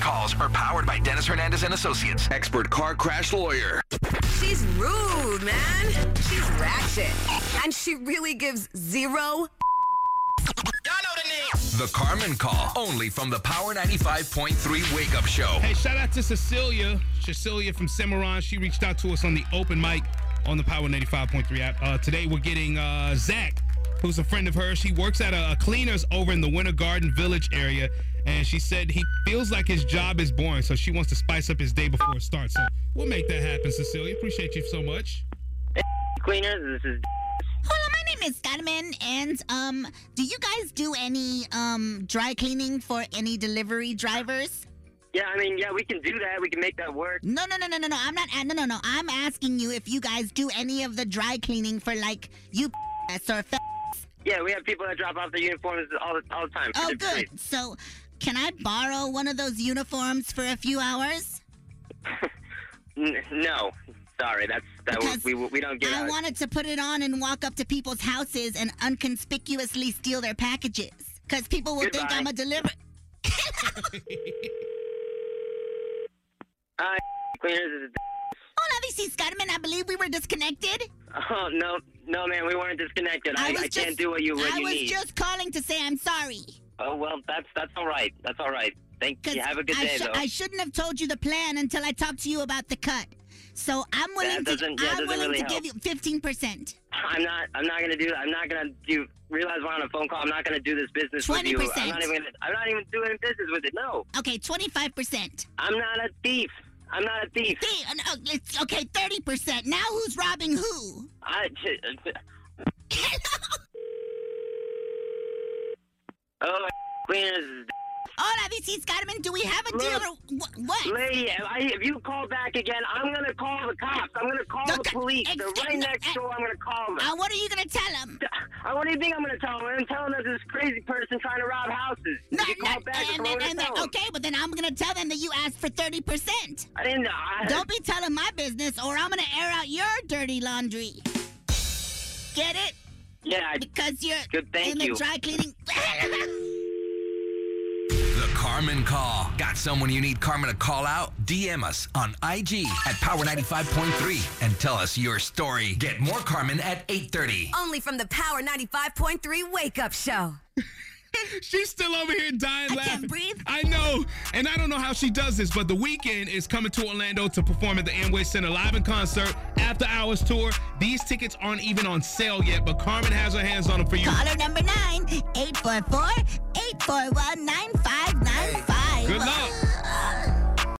calls are powered by Dennis Hernandez and Associates, expert car crash lawyer. She's rude, man. She's ratchet. And she really gives zero. The Carmen Call, only from the Power 95.3 Wake Up Show. Hey, shout out to Cecilia. Cecilia from Cimarron. She reached out to us on the open mic on the Power 95.3 app. Uh, today we're getting uh, Zach, who's a friend of hers. She works at a, a cleaner's over in the Winter Garden Village area. And she said he feels like his job is boring, so she wants to spice up his day before it starts. So we'll make that happen, Cecilia. Appreciate you so much. Cleaners, this is Hello, my name is Carmen, and um, do you guys do any um dry cleaning for any delivery drivers? Yeah, I mean, yeah, we can do that. We can make that work. No, no, no, no, no, no. I'm not. a- No, no, no. I'm asking you if you guys do any of the dry cleaning for like you or. F- Yeah, we have people that drop off their uniforms all the, all the time. oh, It's great. good. So, can I borrow one of those uniforms for a few hours? N- no, sorry, that's that Because we we don't get. I out. wanted to put it on and walk up to people's houses and unconspicuously steal their packages. Because people will think Goodbye. I'm a deliver. Hi, cleaners. This is Hola, this is Carmen. I believe we were disconnected. oh no, no, man, we weren't disconnected. I, I, was can't just- do what you what I you was need. just calling to say I'm sorry. Oh well, that's that's all right. That's all right. Thank you. Have a good I, day shou- though. I shouldn't have told you the plan until I talked to you about the cut. So I'm willing to doesn't- yeah, doesn't I'm willing really to give you 15%. I'm not. I'm not gonna do. I'm not gonna do. Realize we're on a phone call. I'm not gonna do this business with you. I'm 20%. not even. I'm not even doing business with it. No, Okay, 25%. I'm not a thief. I'm not a thief. Three, uh, no, it's- okay, 30%. Now who's robbing who? I. Oh, cleaners. Hola, this is Carmen. Do we have a deal Look. or wh- what? Lady, if, I, if you call back again, I'm gonna call the cops. I'm gonna call The the, co- police. They're Excuse- right no, next eh. door. I'm gonna call them. Uh, what are you going to tell him? I, what do you think I'm gonna tell them? I'm telling them this crazy person trying to rob houses. if you call back, and, I'm then- gonna and tell then- 'em. okay, but then I'm going to tell them that you asked for 30%. I didn't. I, Don't be telling my business or I'm going to air out your dirty laundry. Get it? Yeah. I, Because you're Good, thank in the you. dry cleaning. The Carmen Call. Got someone you need Carmen to call out? DM us on IG at Power 95.3 and tell us your story. Get more Carmen at 8.30. Only from the Power 95.3 Wake Up Show. She's still over here dying I laughing. can't breathe. I know, and I don't know how she does this, but the weekend is coming to Orlando to perform at the Amway Center live in concert after hours tour. These tickets aren't even on sale yet, but Carmen has her hands on them for you. Caller number nine, 844 841